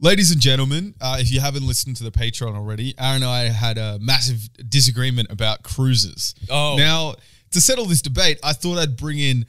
Ladies and gentlemen, uh, if you haven't listened to the Patreon already, Aaron and I had a massive disagreement about cruises. Oh. Now, to settle this debate, I thought I'd bring in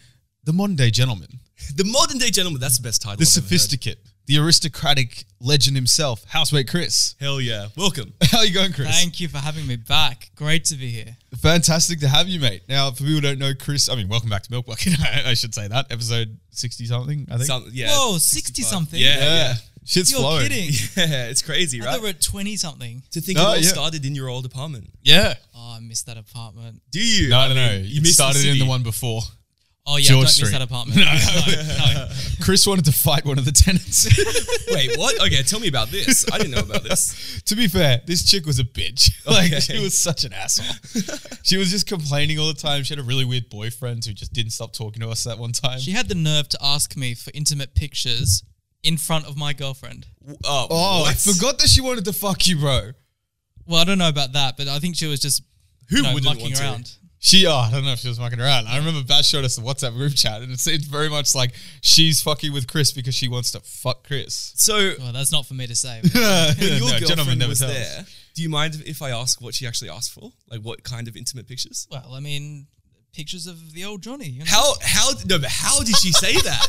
the modern day gentleman, The modern day gentleman. That's the best title. the I've ever heard. sophisticate, the aristocratic legend himself, housemate Chris. Hell yeah! Welcome. How you going, Chris? Thank you for having me back. Great to be here. Fantastic to have you, mate. Now, for people who don't know, Chris, I mean, welcome back to Milk Bucket. I, I should say that episode sixty something. I think. Some- um, yeah. Whoa, 60 something? Yeah, yeah. yeah. shit's You're flowing. kidding. Yeah, it's crazy, I thought we right? were at 20 something. To think No, it all yeah. started in your old apartment. Yeah. Oh, I missed that apartment. Do you? No, I no, no. mean, You missed started in city. the one before. Oh, yeah, George don't Street. miss that apartment. No, no, Chris wanted to fight one of the tenants. Wait, what? Okay, tell me about this. I didn't know about this. to be fair, this chick was a bitch. Like Okay. she was such an asshole. she was just complaining all the time. She had a really weird boyfriend who just didn't stop talking to us that one time. She had the nerve to ask me for intimate pictures in front of my girlfriend. Oh, oh, I what? forgot that she wanted to fuck you, bro. Well, I don't know about that, but I think she was just Who you know, wouldn't mucking want to? around. She, oh, I don't know if she was mucking around. I remember Bat showed us the WhatsApp group chat, and it seemed very much like she's fucking with Chris because she wants to fuck Chris. So Well, that's not for me to say. but- when your No, gentleman girlfriend never was tells. there, do you mind if I ask what she actually asked for? Like, what kind of intimate pictures? well, I mean, pictures of the old Johnny. You know? How? How? No, but how did she say that?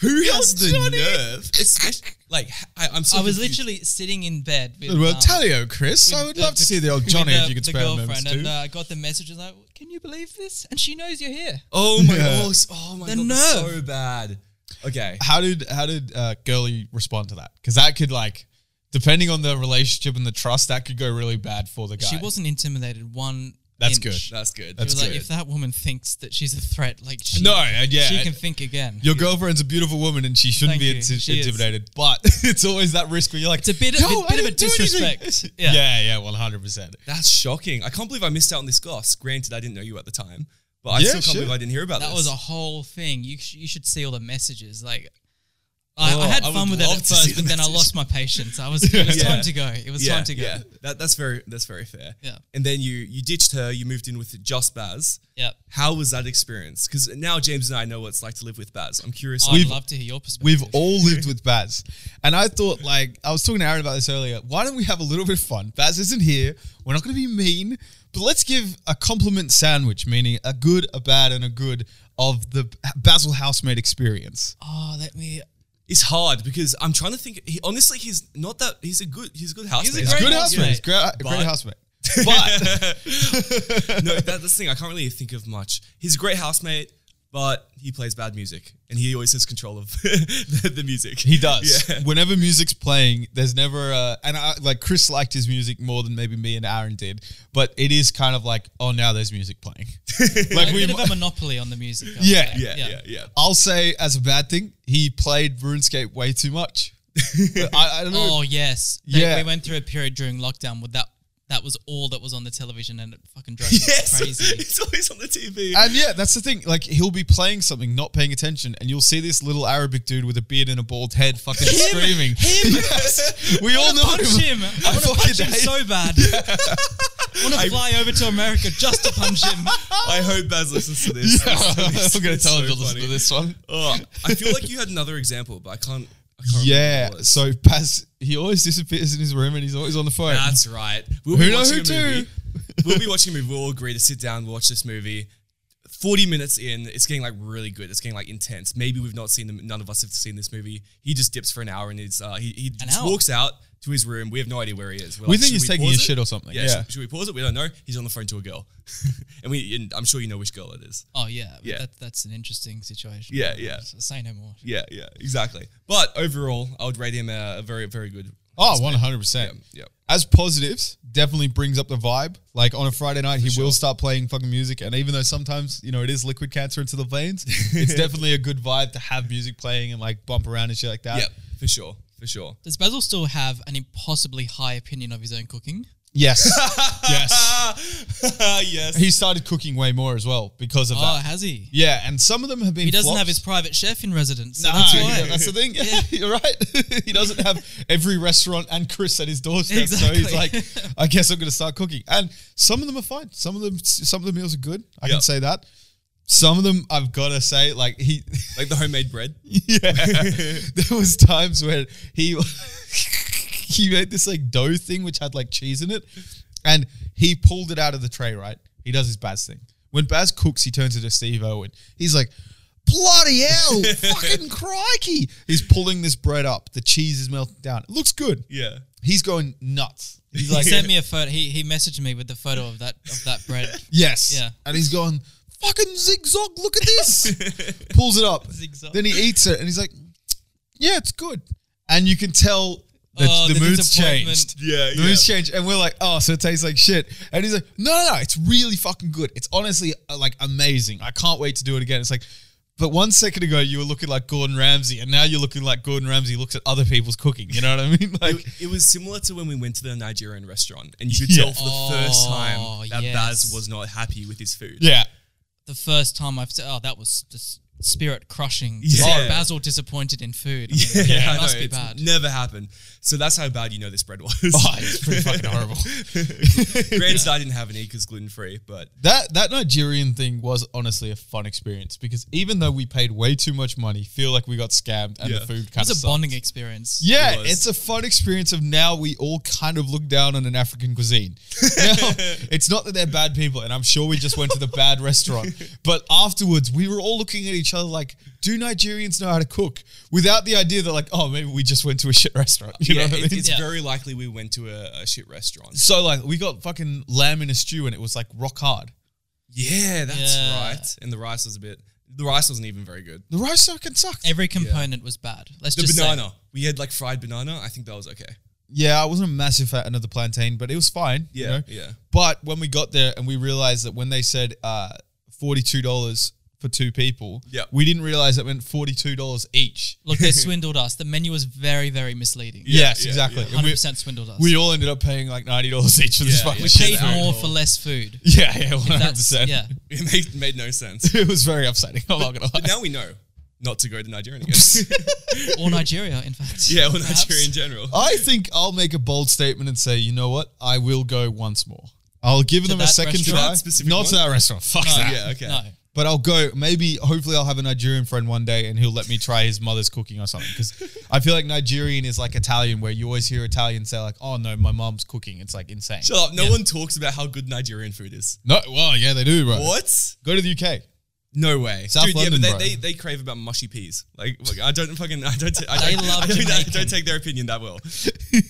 Who has the nerve? Especially, like, h- I, am so I was confused. literally sitting in bed with. Well, um, Talio, Chris, I with would the- love to the- see the old with Johnny the- if you could the spare a moment. girlfriend, too. And uh, I got the message and like, can you believe this? And she knows you're here. Oh my Yeah. god! Oh my The god! that's nerve. So bad. Okay. how did how did uh, Gurley respond to that? Because that could like, depending on the relationship and the trust, that could go really bad for the guy. She wasn't intimidated one. That's inch. good. She That's good. That's was good. like, if that woman thinks that she's a threat, like she, No, and yeah, she and can think again. your girlfriend's a beautiful woman and she shouldn't Thank be you. inti- She is. intimidated. But it's always that risk where you're like, It's a bit, "Yo, bit, I bit of a didn't do anything." disrespect. Yeah, Yeah. yeah, one hundred percent. That's shocking. I can't believe I missed out on this goss. Granted, I didn't know you at the time, but I Yeah, still can't shit. believe I didn't hear about that this. was a whole thing. You sh- you should see all the messages. Like, I, Oh, I had I fun would with it love at to see first, the but then I message. lost my patience. I was it was Yeah. time to go. It was time to go. yeah. That, that's very that's very fair. Yeah. And then you you ditched her. You moved in with just Baz. Yep. How was that experience? Because now James and I know what it's like to live with Baz. I'm curious. I'd on- love to hear your perspective. We've all lived with Baz, and I thought like I was talking to Aaron about this earlier. Why don't we have a little bit of fun? Baz isn't here. We're not going to be mean, but let's give a compliment sandwich, meaning a good, a bad, and a good of the Basil housemate experience. oh, let me. it's hard because I'm trying to think. He, honestly, he's not that. He's a good. He's a good housemate. a He's a Great good housemate. housemate. He's great, great But- housemate. no, that, that's the thing. I can't really think of much. He's a great housemate, but he plays bad music, and he always has control of the, the music. He does. Yeah. Whenever music's playing, there's never uh and I, like Chris liked his music more than maybe me and Aaron did, but it is kind of like oh now there's music playing. like a we bit of a monopoly on the music. I would Yeah, say. Yeah, yeah, yeah. I'll say as a bad thing, he played RuneScape way too much. I, I don't know. Oh yes, They- Yeah. We went through a period during lockdown with that. That was all that was on the television, and it fucking drove me Yes, crazy. it's always on the TV. And yeah, that's the thing. Like he'll be playing something, not paying attention, and you'll see this little Arabic dude with a beard and a bald head fucking screaming. Yes. We all know punch him! I want to fucking punch him hate- so bad. I want to fly over to America just to punch him. I hope Baz listens to this. It's- I'm gonna it's tell so him to listen funny. to this one. Oh, I feel like you had another example, but I can't. I can't remember Yeah. what it was. So Baz, he always disappears in his room and he's always on the phone. That's right. We'll Who be know watching who a to? movie. we'll be watching a movie. We'll all agree to sit down, watch this movie. Forty minutes in, it's getting like really good. It's getting like intense. Maybe we've not seen them. None of us have seen this movie. He just dips for an hour and he's uh, he, he An just hour? walks out to his room. We have no idea where he is. We're we like, think should he's taking pause a it? shit or something. Yeah. Yeah. Should, should we pause it? We don't know. He's on the phone to a girl, and we. And I'm sure you know which girl it is. Oh yeah, Yeah. That, that's an interesting situation. Yeah, yeah. So say no more. Yeah, yeah, exactly. But overall, I would rate him a, a very, very good. Oh, 100%. Yeah. As positives, definitely brings up the vibe. Like on a Friday night, he will start playing fucking music. And even though sometimes, you know, it is liquid cancer into the veins, it's definitely a good vibe to have music playing and like bump around and shit like that. Yeah, for sure, for sure. Does Basil still have an impossibly high opinion of his own cooking? Yes. yes. yes. He started cooking way more as well because of Oh, that. has he? Yeah. And some of them have been. He doesn't flops. have his private chef in residence. So Nah, that's Ah, yeah, why. that's the thing. You're right. he doesn't have every restaurant and Chris at his doorstep. So he's Exactly. like, I guess I'm going to start cooking. And some of them are fine. Some of them, some of the meals are good. I Yeah. can say that. Some of them I've gotta say, like he Like the homemade bread. Yeah. there was times when he he made this like dough thing which had like cheese in it and he pulled it out of the tray, right? He does his Baz thing. When Baz cooks, he turns into Steve Owen. He's like, bloody hell, fucking crikey. He's pulling this bread up. The cheese is melting down. It looks good. Yeah. He's going nuts. He's He like, sent me a photo. He he messaged me with the photo of that of that bread. yes. Yeah. And he's going, fucking zigzag, look at this. Pulls it up. Zigzag. Then he eats it and he's like, yeah, it's good. And you can tell the, Oh, the, the mood's disappointment. changed. Yeah, The yeah. mood's changed. And we're like, oh, so it tastes like shit. And he's like, no, no, no, it's really fucking good. It's honestly uh, like amazing. I can't wait to do it again. It's like, but one second ago you were looking like Gordon Ramsay, and now you're looking like Gordon Ramsay looks at other people's cooking. You know what I mean? Like, It, it was similar to when we went to the Nigerian restaurant, and you could Yeah. tell for the first Oh, time that yes. Baz was not happy with his food. yeah, The first time I've said, oh, that was just spirit crushing. Yeah. Oh, Basil disappointed in food. I mean, Yeah, I it must know, be it's bad. Never happened. So that's how bad you know this bread was. oh, it's pretty fucking horrible. Granted, I didn't have any because gluten free, but That that Nigerian thing was honestly a fun experience because even though we paid way too much money, feel like we got scammed and Yeah. the food It kind of was a bonding experience. Yeah, It was. it's a fun experience of now we all kind of look down on an African cuisine. Now, it's not that they're bad people, and I'm sure we just went to the bad restaurant, but afterwards we were all looking at each other like, do Nigerians know how to cook? Without the idea that like, oh, maybe we just went to a shit restaurant. You yeah, know what I it- mean? it's Yeah. very likely we went to a, a shit restaurant. So like, we got fucking lamb in a stew, and it was like rock hard. Yeah, that's Yeah. right. And the rice was a bit. The rice wasn't even very good. The rice fucking sucked. Every component was bad. Let's The just say. banana. We had like fried banana. I think that was okay. Yeah, I wasn't a massive fan of the plantain, but it was fine. you Yeah, know? yeah. But when we got there and we realized that when they said uh, forty-two dollars for two people, Yeah. we didn't realize that meant forty-two dollars each. Look, they swindled us. The menu was very, very misleading. yes, yeah, exactly. yeah. And we, 100% swindled us. we all ended up paying like ninety dollars each for this Yeah, fucking yeah. We shit. paid food. more for less food. Yeah, yeah, one hundred That's, percent. yeah. It made, made no sense. it was very upsetting. I'm not gonna But lie. now we know not to go to Nigeria again. Or Nigeria, in fact. yeah, or Perhaps. Oh, Nigeria in general. I think I'll make a bold statement and say, you know what? I will go once more. I'll give them a that second restaurant? try. That specific Not one? to that restaurant. Fuck No. that. Uh, Yeah, okay. No. But I'll go. Maybe, hopefully, I'll have a Nigerian friend one day, and he'll let me try his mother's cooking or something. Because I feel like Nigerian is like Italian, where you always hear Italian say like, "Oh no, my mom's cooking." It's like insane. Shut up. No one talks about how good Nigerian food is. No, well, yeah, they do, bro. What? Go to the UK. No way. South Dude, London, yeah, bro. but they, they, they crave about mushy peas. Like, like, I don't fucking I don't t- I They don't, love I don't, I Jamaican. don't take their opinion that well.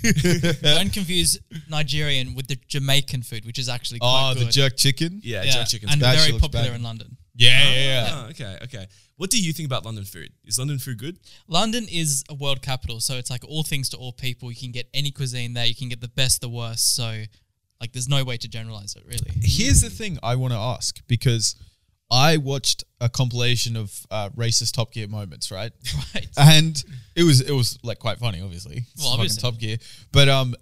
Don't confuse Nigerian with the Jamaican food, which is actually quite Oh, good. the jerk chicken. Yeah, yeah. jerk chicken's and bad. actually very looks popular bad. in London. yeah, Ah. yeah. yeah. Oh, okay, okay. What do you think about London food? Is London food good? London is a world capital, so it's like all things to all people. You can get any cuisine there. You can get the best, the worst. So, like, there's no way to generalize it really. Here's the thing I want to ask because I watched a compilation of uh, racist Top Gear moments, right? Right. and it was it was like quite funny, obviously. It's Well, fucking obviously. Top Gear, but um,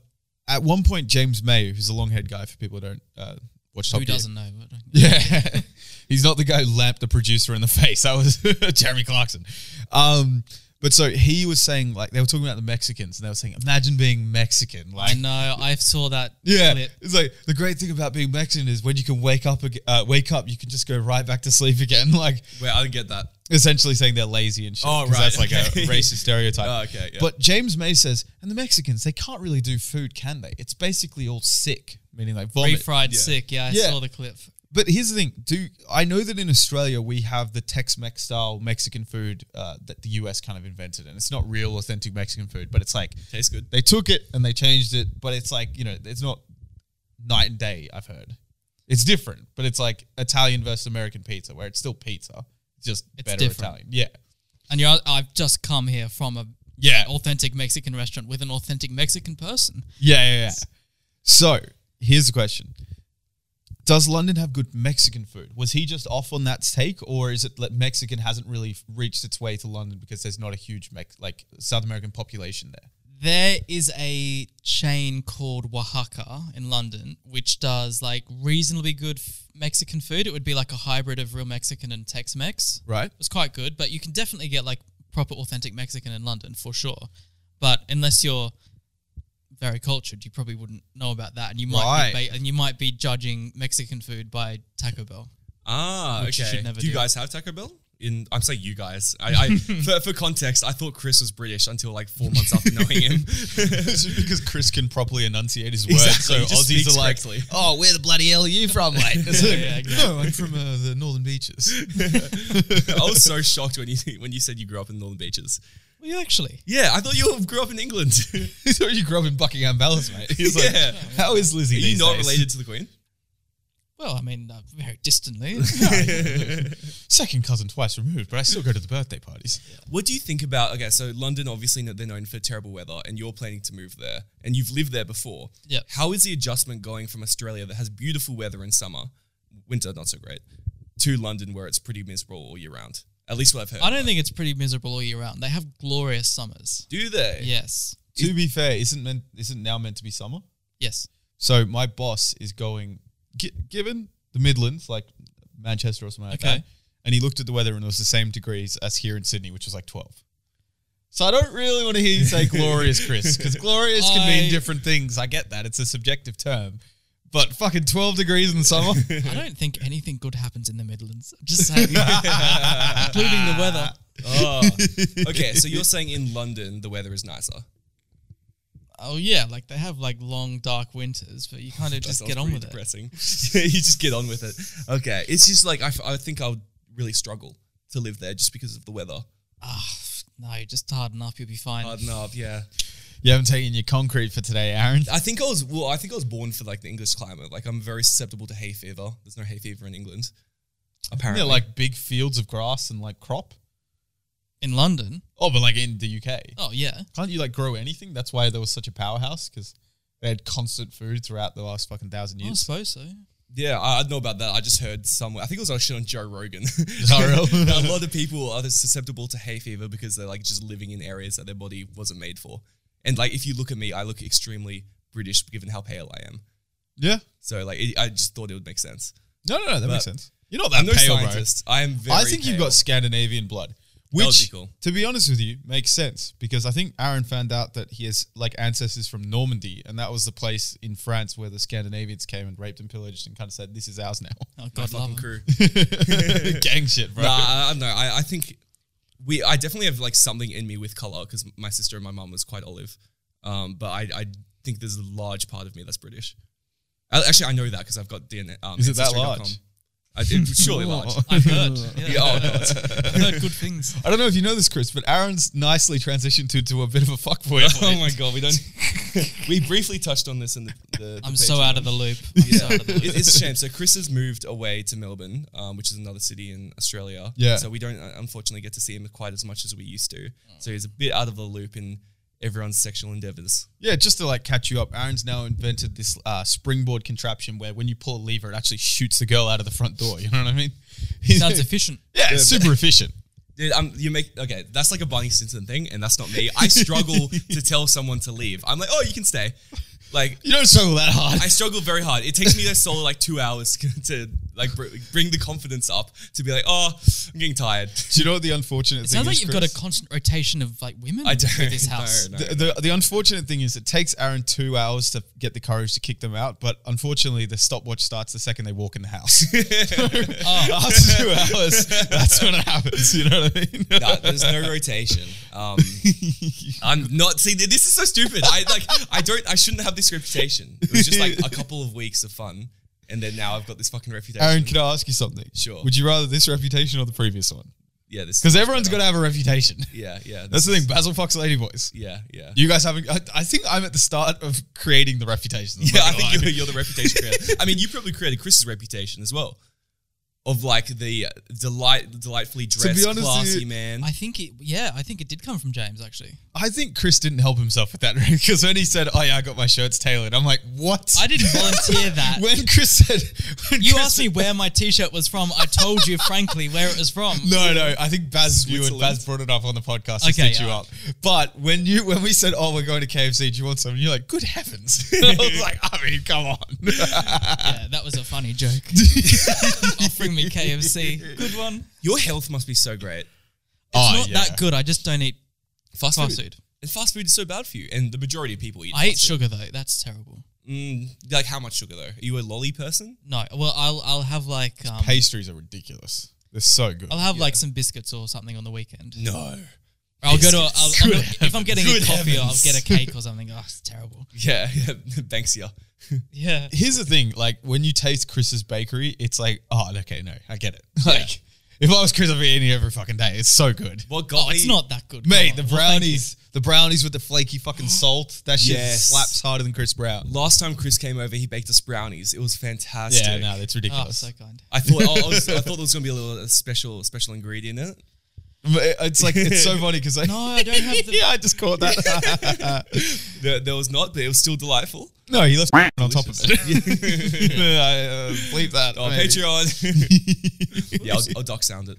at one point James May, who's a long haired guy, for people who don't uh, watch Top Who Gear, doesn't know? But, yeah, he's not the guy who lamped the producer in the face. That was Jeremy Clarkson. Um, but so he was saying like they were talking about the Mexicans, and they were saying, imagine being Mexican, I like. know. I saw that Yeah, clip. it's like the great thing about being Mexican is when you can wake up, ag- uh, wake up, you can just go right back to sleep again. Like Wait, I don't get that. essentially saying they're lazy and shit. Oh, 'cause right, That's like a okay. racist stereotype. Oh, okay, yeah. But James May says, and the Mexicans, they can't really do food, can they? It's basically all sick, meaning like vomit. Refried Yeah. sick. Yeah, I Yeah. saw the clip. But here's the thing, do I know that in Australia we have the Tex-Mex style Mexican food uh, that the US kind of invented, and it's not real authentic Mexican food, but it's like Tastes good. they took it and they changed it, but it's like you know it's not night and day. I've heard it's different, but it's like Italian versus American pizza, where it's still pizza, just It's better different. Italian. Yeah, And you're, I've just come here from a yeah, authentic Mexican restaurant with an authentic Mexican person. Yeah, yeah, yeah. So here's the question: Does London have good Mexican food? Was he just off on that take, or is it that Mexican hasn't really reached its way to London because there's not a huge Mex- like South American population there? There is a chain called Oaxaca in London, which does like reasonably good f- Mexican food. It would be like a hybrid of real Mexican and Tex Mex. Right. It's quite good, but you can definitely get like proper authentic Mexican in London for sure. But unless you're very cultured, you probably wouldn't know about that, and you might Right. be ba- and you might be judging Mexican food by Taco Bell. Ah, Which you okay. should never do you do. guys have Taco Bell? In I'm saying you guys. I, I for, for context, I thought Chris was British until like four months after knowing him. It's just because Chris can properly enunciate his words, Exactly, he so just Aussies speaks are like, correctly. "Oh, where the bloody hell are you from, mate?" It's Yeah, like, yeah, No, I'm from uh, the Northern Beaches. I was so shocked when you when you said you grew up in Northern Beaches. Well, you actually. Yeah, I thought you grew up in England. so you grew up in Buckingham Palace, mate. He's like, Yeah. "How is Lizzie?" Are you these not days? related to the Queen? Well, I mean, uh, very distantly. Second cousin twice removed, but I still go to the birthday parties. What do you think about? Okay, so London obviously kn- they're known for terrible weather, and you're planning to move there, and you've lived there before. Yeah. How is the adjustment going from Australia that has beautiful weather in summer, winter not so great, to London where it's pretty miserable all year round? At least what I've heard. I don't think it's pretty miserable all year round. They have glorious summers. do they? Yes. To be fair, isn't meant isn't now meant to be summer? Yes. So my boss is going, gi- given the Midlands, like Manchester or something like Okay. that, and he looked at the weather and it was the same degrees as here in Sydney, which was like 12. So I don't really want to hear you say glorious, Chris, because glorious can I- mean different things. I get that. It's a subjective term. But fucking 12 degrees in the summer? I don't think anything good happens in the Midlands. I'm just saying, including the weather. Oh. okay, so you're saying in London the weather is nicer. Oh yeah, like they have like long dark winters, but you kind of That just sounds get on pretty with it. depressing. Yeah, you just get on with it. Okay, it's just like I, f- I think I'll really struggle to live there just because of the weather. Ah, no, just harden up, you'll be fine. Harden up, yeah. You haven't taken your concrete for today, Aaron. I think I was well. I think I was born for like the English climate. Like I'm very susceptible to hay fever. There's no hay fever in England. Apparently, They're like big fields of grass and like crop. In London, Oh, but like in the UK. oh yeah, Can't you like grow anything? That's why there was such a powerhouse because they had constant food throughout the last fucking thousand I years. suppose so. yeah, I, I don't know about that. I just heard somewhere. I think it was actually on Joe Rogan. Oh, real? that a lot of people are just susceptible to hay fever because they're like just living in areas that their body wasn't made for. And like if you look at me, I look extremely British given how pale I am. Yeah. So like it, I just thought it would make sense. No, no, no. That But- makes sense. You're not that I'm no pale, bro. scientist. I am very. I think you've pale. got Scandinavian blood, would which, be cool. to be honest with you, makes sense because I think Aaron found out that he has like ancestors from Normandy, and that was the place in France where the Scandinavians came and raped and pillaged and kind of said, "This is ours now." Oh my God, fucking love 'em. crew. Gang shit, bro. Nah, I, I don't know. I, I think we. I definitely have like something in me with color because my sister and my mum was quite olive, um, but I, I think there's a large part of me that's British. I, actually, I know that because I've got DNA. Um, Is it that ancestry dot com. large? I, it's surely large. I've heard. Yeah, Yeah, oh, I've no, heard- it's- I've heard good things. I don't know if you know this, Chris, but Aaron's nicely transitioned to, to a bit of a fuckboy. at oh points. my god, we don't. we briefly touched on this in the. the, the I'm Patreon. so out of the loop. I'm so out of the loop. It- it's a shame. So Chris has moved away to Melbourne, um, which is another city in Australia. Yeah. So we don't uh, unfortunately get to see him quite as much as we used to. So he's a bit out of the loop in everyone's sexual endeavors. Yeah, just to like catch you up, Aaron's now invented this uh, springboard contraption where when you pull a lever, it actually shoots the girl out of the front door. You know what I mean? Sounds efficient. yeah, it's super efficient. Dude, um, you make okay. That's like a Barney Stinson thing, and that's not me. I struggle to tell someone to leave. I'm like, oh, you can stay. Like, You don't struggle that hard. I struggle very hard. It takes me this solo like two hours to like br- bring the confidence up to be like, oh, I'm getting tired. Do you know what the unfortunate It thing is? sounds like you've Chris? got a constant rotation of like women I don't. in this house. No, no. the, the, the unfortunate thing is it takes Aaron two hours to get the courage to kick them out, but unfortunately the stopwatch starts the second they walk in the house. Oh. After two hours, that's when it happens. You know what I mean? No, there's no rotation. Um, I'm not. See, th- this is so stupid. I like. I don't. I shouldn't have this reputation. It was just like a couple of weeks of fun, and then now I've got this fucking reputation. Aaron, can I ask you something? Sure. Would you rather this reputation or the previous one? yeah, this Because everyone's got to have a reputation. Yeah, yeah. Oh, That's this the thing. is- Basil Fox Lady Boys. Yeah, yeah. You guys haven't. I, I think I'm at the start of creating the reputation. I'm yeah, not I gonna think lie. you're, you're the reputation creator. I mean, you probably created Chris's reputation as well, of like the delight, delightfully be dressed, honest with classy you, man. I think it. Yeah, I think it did come from James actually. I think Chris didn't help himself with that because when he said, "Oh yeah, I got my shirts tailored," I'm like, "What?" I didn't volunteer that. When Chris said, when You Chris asked me where my t-shirt was from. I told you frankly where it was from. No, no. I think Baz knew and Switzerland. Baz brought it up on the podcast to Okay, stitch you yeah. up. But when you when we said, "Oh, we're going to KFC," do you want something? You're like, "Good heavens!" I was like, "I mean, come on." Yeah, that was a funny joke. Offering me KFC. Good one. Your health must be so great. It's Oh, not yeah. that good. I just don't eat. Fast, Ah, Fast food. food. And fast food is so bad for you. And the majority of people eat. I eat fast food. sugar though. That's terrible. Mm, like how much sugar though? Are you a lolly person? No, well, I'll I'll have like um, Pastries are ridiculous. They're so good. I'll have like some biscuits or something on the weekend. No. Or I'll go to I'll, Biscuits. I'm Good not- if I'm getting heavens. a coffee, Good I'll get a cake or something. Oh, it's terrible. Yeah, yeah. Banksia. Yeah, Here's the thing: like when you taste Chris's bakery, it's like, oh, okay, no, I get it. Like if I was Chris, I'd be eating it every fucking day. It's so good. What got oh, me? it's not that good, Mate, the Come on. Well, thank you. brownies, the brownies with the flaky fucking salt, that shit Yes. slaps harder than Chris Brown. Last time Chris came over, he baked us brownies. It was fantastic. Yeah, no, that's Oh, ridiculous. so kind. I thought I, was, I thought there was gonna be a little a special special ingredient in it. But It's like it's so funny because like, No, I don't have the. yeah, I just caught that. There, there was not, but it was still delightful. no, he left on top of it. I uh, bleep that. On maybe. Oh, Patreon. yeah, I'll, I'll doc sound it.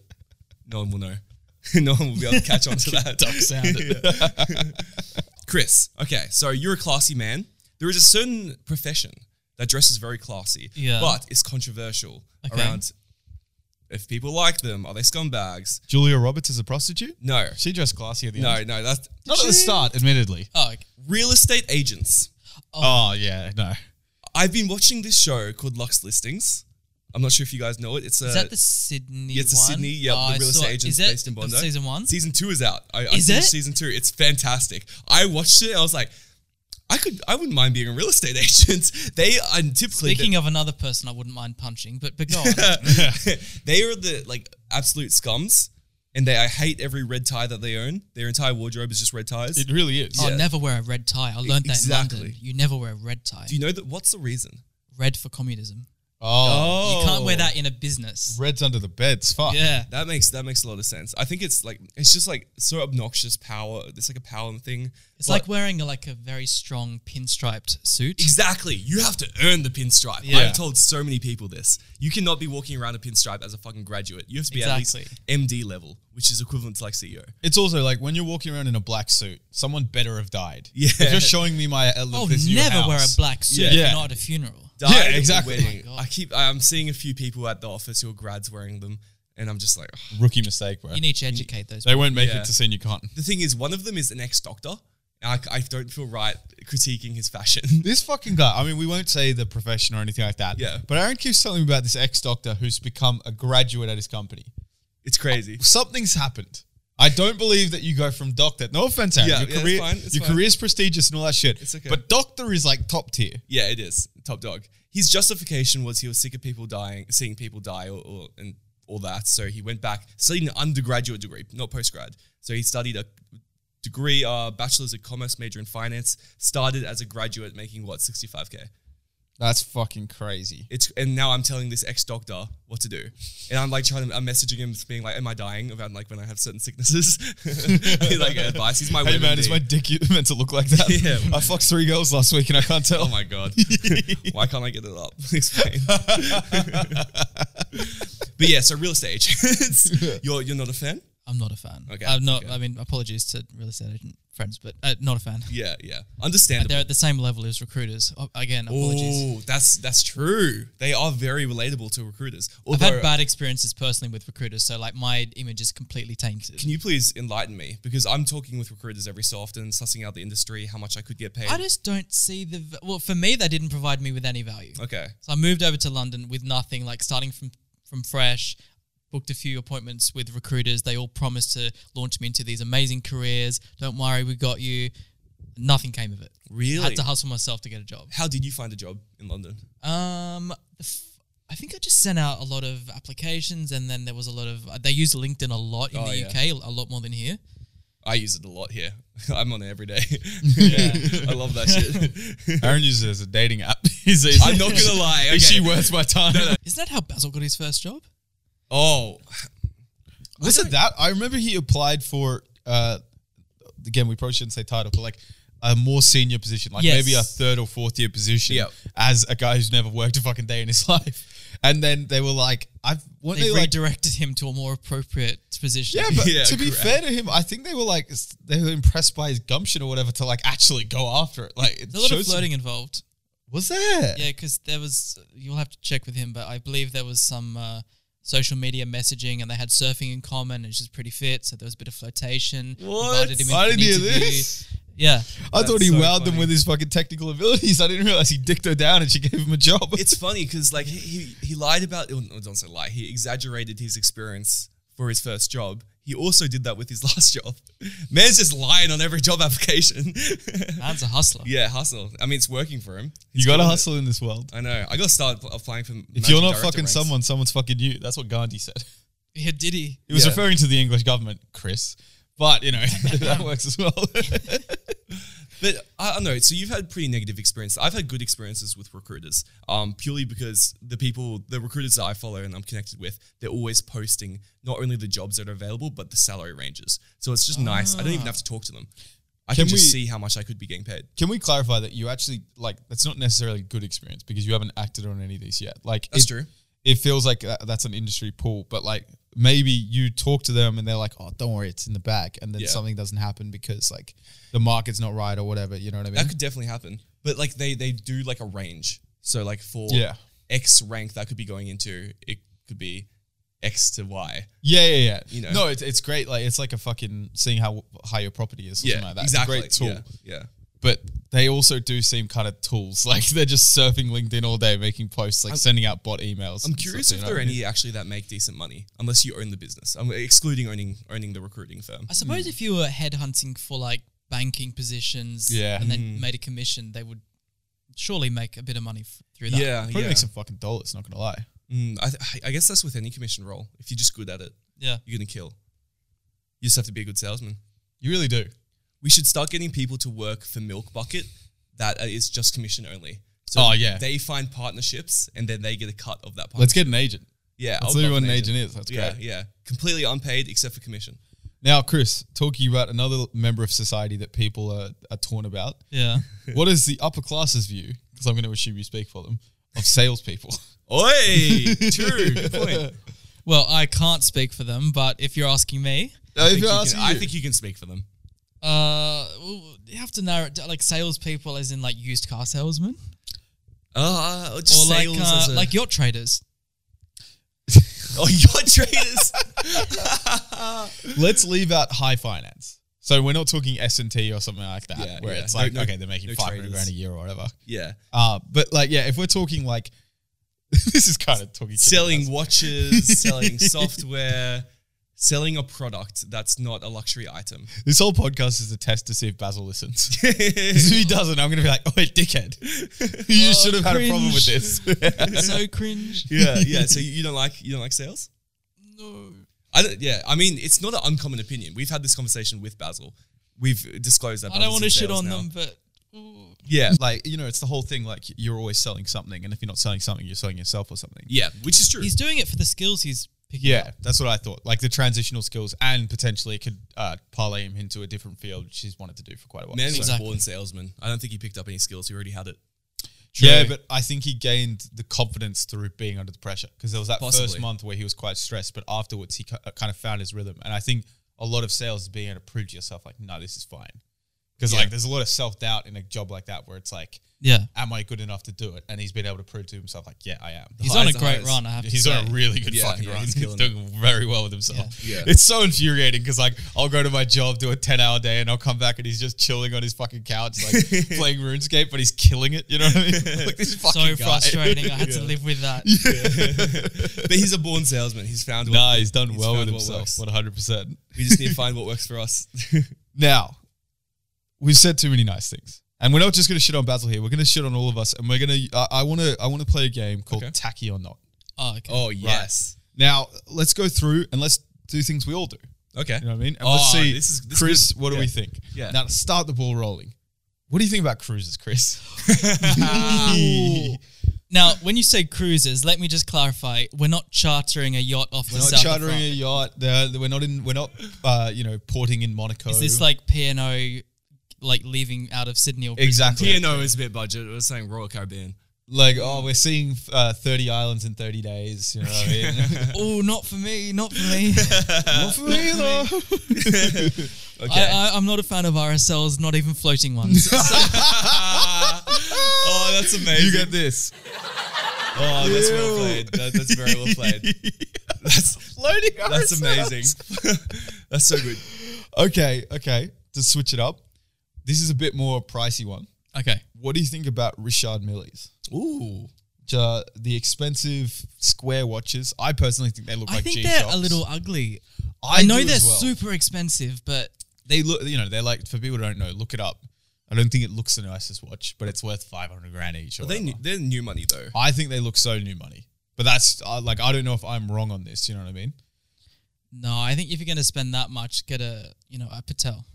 No one will know. no one will be able to catch on to that. doc sound Chris, okay, so you're a classy man. There is a certain profession that dresses very classy, Yeah. but it's controversial Okay. around if people like them, are they scumbags? Julia Roberts is a prostitute. No, She dressed classy at the no, end. no. That's Not at the start, admittedly. Oh, okay. Real estate agents. Oh yeah, no. I've been watching this show called Lux Listings. I'm not sure if you guys know it. It's a is that the Sydney? Uh, Yeah, it's a one? Sydney, yeah, Oh, I the real saw estate it. agent Is that based in the Bondi. Season one. Season two is out. I, I Is finished it? Season two. It's fantastic. I watched it. I was like, I could. I wouldn't mind being a real estate agent. They are typically Speaking of another person, I wouldn't mind punching, but but go on. they are the like absolute scums, and they. I hate every red tie that they own. Their entire wardrobe is just red ties. It really is. I'll never wear a red tie. I learned that Exactly. in London. You never wear a red tie. Do you know that? What's the reason? red for communism. Oh, Oh. You can't wear that in a business. Red's under the beds. Fuck. Yeah. That makes that makes a lot of sense. I think it's like it's just like so obnoxious power. It's like a power thing. It's But- like wearing a, like a very strong pinstriped suit. Exactly. You have to earn the pinstripe. Yeah. I've told so many people this. You cannot be walking around a pinstripe as a fucking graduate. You have to be at Exactly. least MD level, which is equivalent to like E CEO. It's also like when you're walking around in a black suit, someone better have died. Yeah. If you're showing me my uh, Oh, this new never house- wear a black suit. Yeah. if Yeah. Not at a funeral. Died Yeah, at a exactly. wedding. Oh my God. I keep I'm seeing a few people at the office who are grads wearing them, and I'm just like, "Ugh." rookie mistake, bro. You need to educate those. they won't make Yeah. it to senior con. the thing is, one of them is an ex doctor. I, I don't feel right critiquing his fashion. This fucking guy. I mean, we won't say the profession or anything like that. Yeah. But Aaron keeps telling me about this ex doctor who's become a graduate at his company. It's crazy. Something's happened. I don't believe that you go from doctor. No offense, Aaron. Yeah, your yeah, it's career, fine, it's your fine. career's prestigious and all that shit. It's okay. But doctor is like top tier. Yeah, it is top dog. His justification was he was sick of people dying, seeing people die, or, or and all that. So he went back, studied an undergraduate degree, not postgrad. So he studied a degree, uh, bachelor's of commerce, major in finance. Started as a graduate, making what sixty five k. That's fucking crazy. It's and now I'm telling this ex doctor what to do, and I'm like trying to, I'm messaging him, being like, "Am I dying?" About like when I have certain sicknesses, like advice. He's my Hey man, WebMD. is my dick meant to look like that? Yeah. I fucked three girls last week and I can't tell. Oh my god. Why can't I get it up? Explain. but yeah, so real estate agents. you're you're not a fan? I'm not a fan. Okay, I'm not. okay. I mean, apologies to real estate agent friends, but uh, not a fan. Yeah, yeah. But Understandable. they're at the same level as recruiters. Oh, again, apologies. Oh, that's that's true. They are very relatable to recruiters. I've Although, had bad experiences personally with recruiters, so like my image is completely tainted. can you please enlighten me? Because I'm talking with recruiters every so often, sussing out the industry, how much I could get paid. I just don't see the v- well. For me, they didn't provide me with any value. okay. So I moved over to London with nothing, like starting from from fresh. Booked a few appointments with recruiters. They all promised to launch me into these amazing careers. Don't worry, we got you. Nothing came of it. Really? Had to hustle myself to get a job. how did you find a job in London? Um, the f- I think I just sent out a lot of applications, and then there was a lot of they use LinkedIn a lot in Oh, the yeah. UK, a lot more than here. I use it a lot here. I'm on it every day. yeah. I love that shit. Aaron uses it as a dating app. He's- he's- I'm not gonna lie. Is okay. she worth my time? Isn't that how Basil got his first job? Oh, Was it that? I remember he applied for. Uh, again, we probably shouldn't say title, but like a more senior position, like Yes. maybe a third or fourth year position, Yep. as a guy who's never worked a fucking day in his life. And then they were like, "I've." What They, they, like? redirected him to a more appropriate position. Yeah, but Yeah, to be correct. fair to him, I think they were like s- they were impressed by his gumption or whatever to like actually go after it. Like it There's a lot of shows- flirting involved. Was there? Yeah, because there was. You'll have to check with him, but I believe there was some uh, social media messaging, and they had surfing in common, and she's pretty fit, so there was a bit of flirtation. What? Invited him in I for an didn't hear interview. this. Yeah. I thought That's he so wowed them funny. with his fucking technical abilities. I didn't realize he dicked her down and she gave him a job. it's funny because like he, he he lied about well, no, don't say lie. He exaggerated his experience for his first job. He also did that with his last job. Man's just lying on every job application. Man's a hustler. yeah, hustle. I mean, it's working for him. He's you gotta killing it. hustle in this world. I know. I gotta start pl- applying for. If you're not fucking someone, someone's fucking you. That's what Gandhi said. Yeah, did he? He was Yeah. referring to the English government, Chris. But you know that works as well. But I I don't know. So you've had pretty negative experiences. I've had good experiences with recruiters, um, purely because the people, the recruiters that I follow and I'm connected with, they're always posting not only the jobs that are available, but the salary ranges. So it's just nice. I don't even have to talk to them. I can, Can just we- see how much I could be getting paid. Can we clarify that you actually like that's not necessarily a good experience because you haven't acted on any of these yet. Like That's it, true. It feels like that, that's an industry pool, but like maybe you talk to them and they're like, "Oh, don't worry, it's in the back," and then Yeah. something doesn't happen because like the market's not right or whatever. You know what I mean? That could definitely happen. But like they they do like a range. So like for Yeah. X rank that could be going into, it could be X to Y. Yeah, yeah, yeah. You know. no, it's it's great. Like it's like a fucking seeing how high your property is. or something like that. exactly. It's a great tool, Yeah, yeah. but they also do seem kind of tools. Like they're just surfing LinkedIn all day, making posts, like sending out bot emails. I'm and curious stuff, you if know there are what I mean? any actually that make decent money, unless you own the business. I'm excluding owning owning the recruiting firm. I suppose if you were headhunting for like banking positions Yeah. Hmm. and then made a commission, they would surely make a bit of money f- through that. Yeah, Probably yeah. make some fucking dollars. Not gonna lie. Mm, I, th- I guess that's with any commission role. If you're just good at it, Yeah. you're gonna kill. You just have to be a good salesman. You really do. We should start getting people to work for Milk Bucket that is just commission only. So Oh, yeah. they find partnerships and then they get a cut of that. Partnership. Let's get an agent. yeah, Let's I'll see love what an an agent is. That's Yeah, great. yeah, completely unpaid except for commission. Now, Chris, talking about another member of society that people are, are torn about. Yeah. what is the upper classes view? Because I'm going to assume you speak for them of salespeople. Oi, true good point. well, I can't speak for them, but if you're asking me, Now, if Think you you're can- asking, I you- think you can speak for them. uh, well, you have to narrow it down, like salespeople, as in like used car salesmen, Oh, Uh, or just like sales uh, as a- like yacht traders. Oh, your traders. let's leave out high finance. So we're not talking S and T or something like that, Yeah, where yeah. it's No- like no- okay, they're making no five hundred traders. grand a year or whatever. yeah. Uh, but like, yeah, if we're talking like, this is kind of talking to the Selling class. watches, selling software, selling a product that's not a luxury item. This whole podcast is a test to see if Basil listens. 'Cause if he doesn't, I'm going to be like, oh, dickhead, you Oh, should have had a problem with cringe. this. so cringe. yeah, yeah. So you don't like you don't like sales? No. I don't, yeah. I mean, it's not an uncommon opinion. We've had this conversation with Basil. We've disclosed that. I don't Basil's want in to shit sales on now. them, but ooh. Yeah, like you know, it's the whole thing. Like you're always selling something, and if you're not selling something, you're selling yourself or something. yeah, which is true. he's doing it for the skills he's picking Yeah, up. that's what I thought. Like the transitional skills, and potentially it could uh, parlay him into a different field, which he's wanted to do for quite a while. Man So- was a Exactly. born salesman. I don't think he picked up any skills. He already had it. Yeah, True. but I think he gained the confidence through being under the pressure because there was that Possibly. first month where he was quite stressed, but afterwards he ki- uh, kind of found his rhythm. And I think a lot of sales is being able to prove to yourself, like, no, this is fine. Because Yeah. like, there's a lot of self doubt in a job like that where it's like, Yeah. am I good enough to do it? And he's been able to prove to himself, like, yeah, I am. He's highs, on a the great highs. run, I have to He's say. on a really good Yeah, fucking yeah, run. he's He's, killing doing very well with himself. Yeah. Yeah. It's so infuriating because like I'll go to my job, do a ten hour day, and I'll come back and he's just chilling on his fucking couch, like playing RuneScape, but he's killing it. You know what I mean? Like this So fucking guy. frustrating. I had to live with that. But he's a born salesman. He's found. Nah, what- he's done well found with what himself, works. one hundred percent. We just need to find what works for us. Now, we've said too many nice things, and we're not just going to shit on Basil here. We're going to shit on all of us, and we're going to. I want to. I want to play a game called Okay. Tacky or Not. Oh, okay. oh Now, let's go through and let's do things we all do. Okay. You know what I mean? And Oh, let's see, this is- this Chris, could- what do yeah. we think? Yeah. Now, to start the ball rolling, what do you think about cruises, Chris? Now, when you say cruises, let me just clarify: we're not chartering a yacht off We're the not south chartering of a France. yacht. Uh, we're not in. We're not, uh, you know, porting in Monaco. Is this like P and O, like leaving out of Sydney or Brisbane? exactly P&O is a bit budget. We're saying Royal Caribbean. like oh, we're seeing uh, thirty islands in thirty days? You know what I mean? Oh, not for me, not for me. Not for me though. Okay. I, I, I'm not a fan of RSLs, not even floating ones. oh, that's amazing. You get this. oh, that's well Ew. played. That, that's very well played. That's Floating. that's amazing. that's so good. Okay, okay. To switch it up, This is a bit more pricey one. Okay. What do you think about Richard Millie's? Ooh. Which are the expensive square watches. I personally think they look I like think G they're shocks. a little ugly. I, I, know do they're as well. super expensive, but They look, you know, they're like for people who don't know, look it up. I don't think it looks the nicest watch, but it's worth five hundred grand each. Or They whatever. new, they're new money though. I think they look so new money. But that's uh, like I don't know if I'm wrong on this. You know what I mean? no, I think if you're going to spend that much, get a you know a Patel.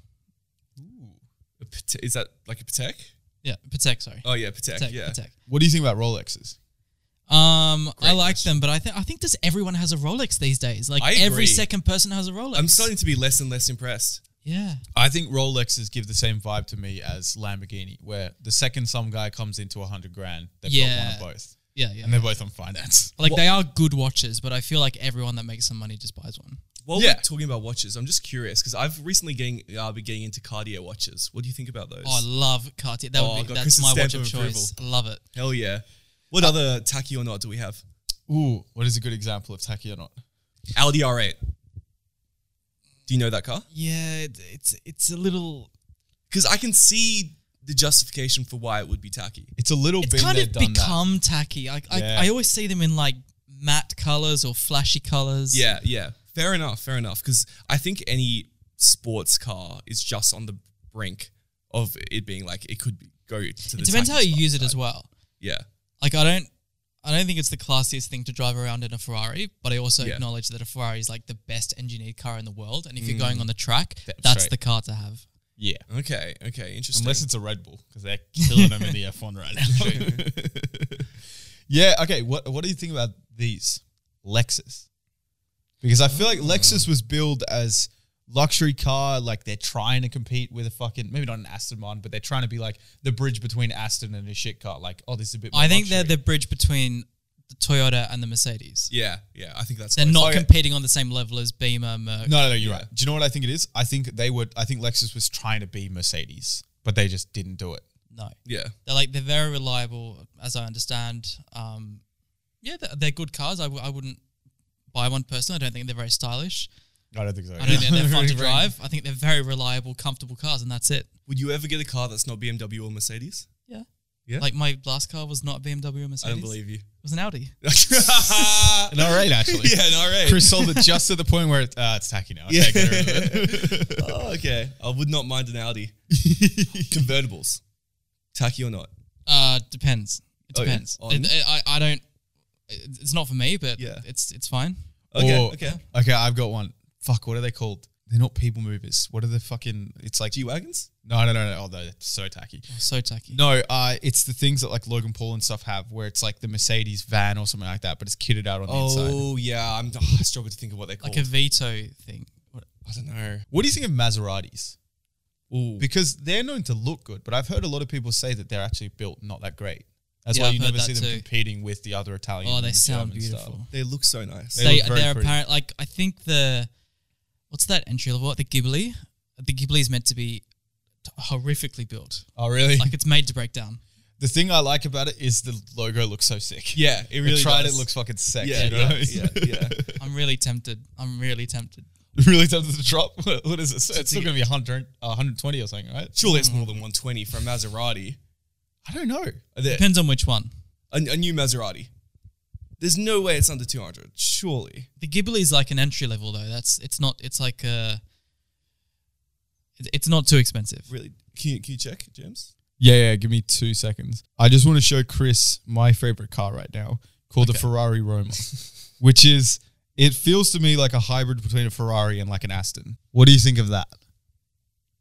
A Pate- Is that like a Patek? Yeah, Patek. Sorry, Oh yeah, Patek. Patek. yeah. Patek. What do you think about Rolexes? Um, I Great like them, but I think I think does everyone has a Rolex these days? Like I every agree. second person has a Rolex. I'm starting to be less and less impressed. Yeah. I think Rolexes give the same vibe to me as Lamborghini, where the second some guy comes into a hundred grand, they've Yeah. got one of both, Yeah, yeah. and they're both on finance. like they are good watches, but I feel like everyone that makes some money just buys one. While Yeah. we're talking about watches, I'm just curious because I've recently getting uh, been getting into Cartier watches. What do you think about those? Oh, I love Cartier. That Oh, would be God, that's Chris's my watch stamp of of choice. I love it. Hell yeah! What other tacky or not do we have? Ooh, what is a good example of tacky or not? Audi R8. Do you know that car? Yeah, it- it's it's a little Because I can see the justification for why it would be tacky. It's a little it's been kind there, of done that. become tacky. I, Yeah. I I always see them in like matte colors or flashy colors. Yeah, yeah. Fair enough. Fair enough. Because I think any sports car is just on the brink of it being like it could be, go to the. it depends tacky how you spot. use it as well. Yeah. Like I don't I don't think it's the classiest thing to drive around in a Ferrari, but I also Yeah. acknowledge that a Ferrari is like the best engineered car in the world, and if you're going on the track, that's, right. the car to have. Yeah, Okay. Okay. Interesting. unless it's a Red Bull because they're killing them in the F1 right now. yeah. Okay. What What do you think about these Lexus? Because I feel like Lexus was billed as luxury car, like they're trying to compete with a fucking maybe not an Aston Martin, but they're trying to be like the bridge between Aston and a shit car. Like, oh, this is a bit. More I think luxury. they're the bridge between the Toyota and the Mercedes. yeah. Yeah. I think that's. They're close. not Oh, yeah. competing on the same level as Beamer, Merc. No, no, no. You're right. Do you know what I think it is? I think they would. I think Lexus was trying to be Mercedes, but they just didn't do it. No, Yeah. they're like they're very reliable, as I understand. Um, yeah, they're, they're good cars. I, w- I wouldn't buy one personally. I don't think they're very stylish. I don't think so. I don't think they're fun Very- to drive. I think they're very reliable, comfortable cars, and that's it. Would you ever get a car that's not BMW or Mercedes? Yeah. Yeah. Like my last car was not a BMW or Mercedes. I don't believe you. it was an Audi. yeah. No, right. Actually, No. Right. Chris sold it just at the point where it, uh, it's tacky now. Okay, Yeah. get rid of it. oh, okay. I would not mind an Audi. Convertibles. Tacky or not? Uh, depends. It Oh, yeah. depends. Oh, It- I, I don't. it- It's not for me, but Yeah. it's it's fine. Okay. Or- okay. Okay, I've got one. Fuck, what are they called? They're not people movers. What are the fucking? It's like G wagons. no, no, no, no. Oh, they're so tacky. Oh, So tacky. No, uh, it's the things that like Logan Paul and stuff have, where it's like the Mercedes van or something like that, but it's kitted out on the inside. Oh yeah. I'm. I struggle to think of what they're called. Like a veto thing. I don't know. What do you think of Maseratis? Ooh. Because they're known to look good, but I've heard a lot of people say that they're actually built not that great. That's Yeah, why I've you heard never see that them too. competing with the other Italian. Oh, and they the sound German stuff. beautiful. They look so nice. They They, look they very are pretty. apparent. Like I think the what's that entry level? What the Ghibli? The Ghibli is meant to be t- horrifically built. Oh, really? Like it's made to break down. the thing I like about it is the logo looks so sick. yeah, it really really tried does. it looks fucking sick. Yeah, you know yeah, what I mean? yeah, yeah. I'm really tempted. I'm really tempted. really tempted to drop. What is it? It's, It's still a- going to be 100, uh, 120 or something, right? Surely it's more than 120 for a Maserati. I don't know. There- Depends on which one. A, a new Maserati. There's no way it's under 200. Surely. The Ghibli is like an entry level though. That's it's not. It's like a. it- It's not too expensive. Really? Can you, can you check, James? Yeah, yeah. Give me two seconds. I just want to show Chris my favorite car right now, called the Ferrari Roma, which is it feels to me like a hybrid between a Ferrari and like an Aston. What do you think of that?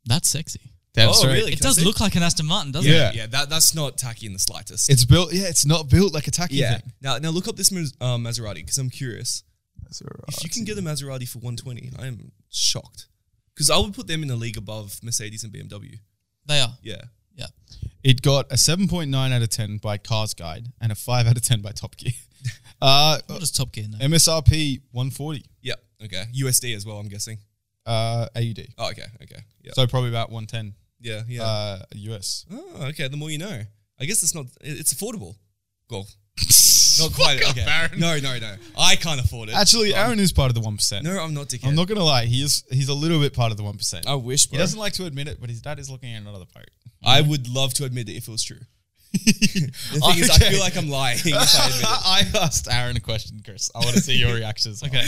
That's sexy. That's Oh, right. really? It Can I does see? look like an Aston Martin, doesn't Yeah. it? Yeah, that, that's not tacky in the slightest. It's built. Yeah, it's not built like a tacky yeah. thing. Now, now look up this Mas- uh, Maserati because I'm curious. That's all If you can get a Maserati for 120, I am shocked. Because I would put them in a league above Mercedes and BMW. They are. Yeah. Yeah. It got a 7.9 out of 10 by Cars Guide and a 5 out of 10 by Top Gear. Uh, Not just Top Gear. No. MSRP 140 Yeah. Okay. USD as well, I'm guessing. uh, AUD. Oh, okay. Okay. Yeah. So probably about 110 yeah. Yeah. uh, US. Oh, okay. The more you know. I guess it's not. it- It's affordable. Well, Not quite. Fuck okay. off, Aaron. No, no, no. I can't afford it. Actually, Aaron is part of the one percent. no, Uh, I'm not dickhead. I'm not gonna lie. He is. He's a little bit part of the one percent. I wish, He bro. doesn't like to admit it, but his dad is looking at another part. I would love to admit it if it was true. The thing is, I Okay. feel like I'm lying if I admit it. I asked Aaron a question, Chris. I want to see your reactions. okay.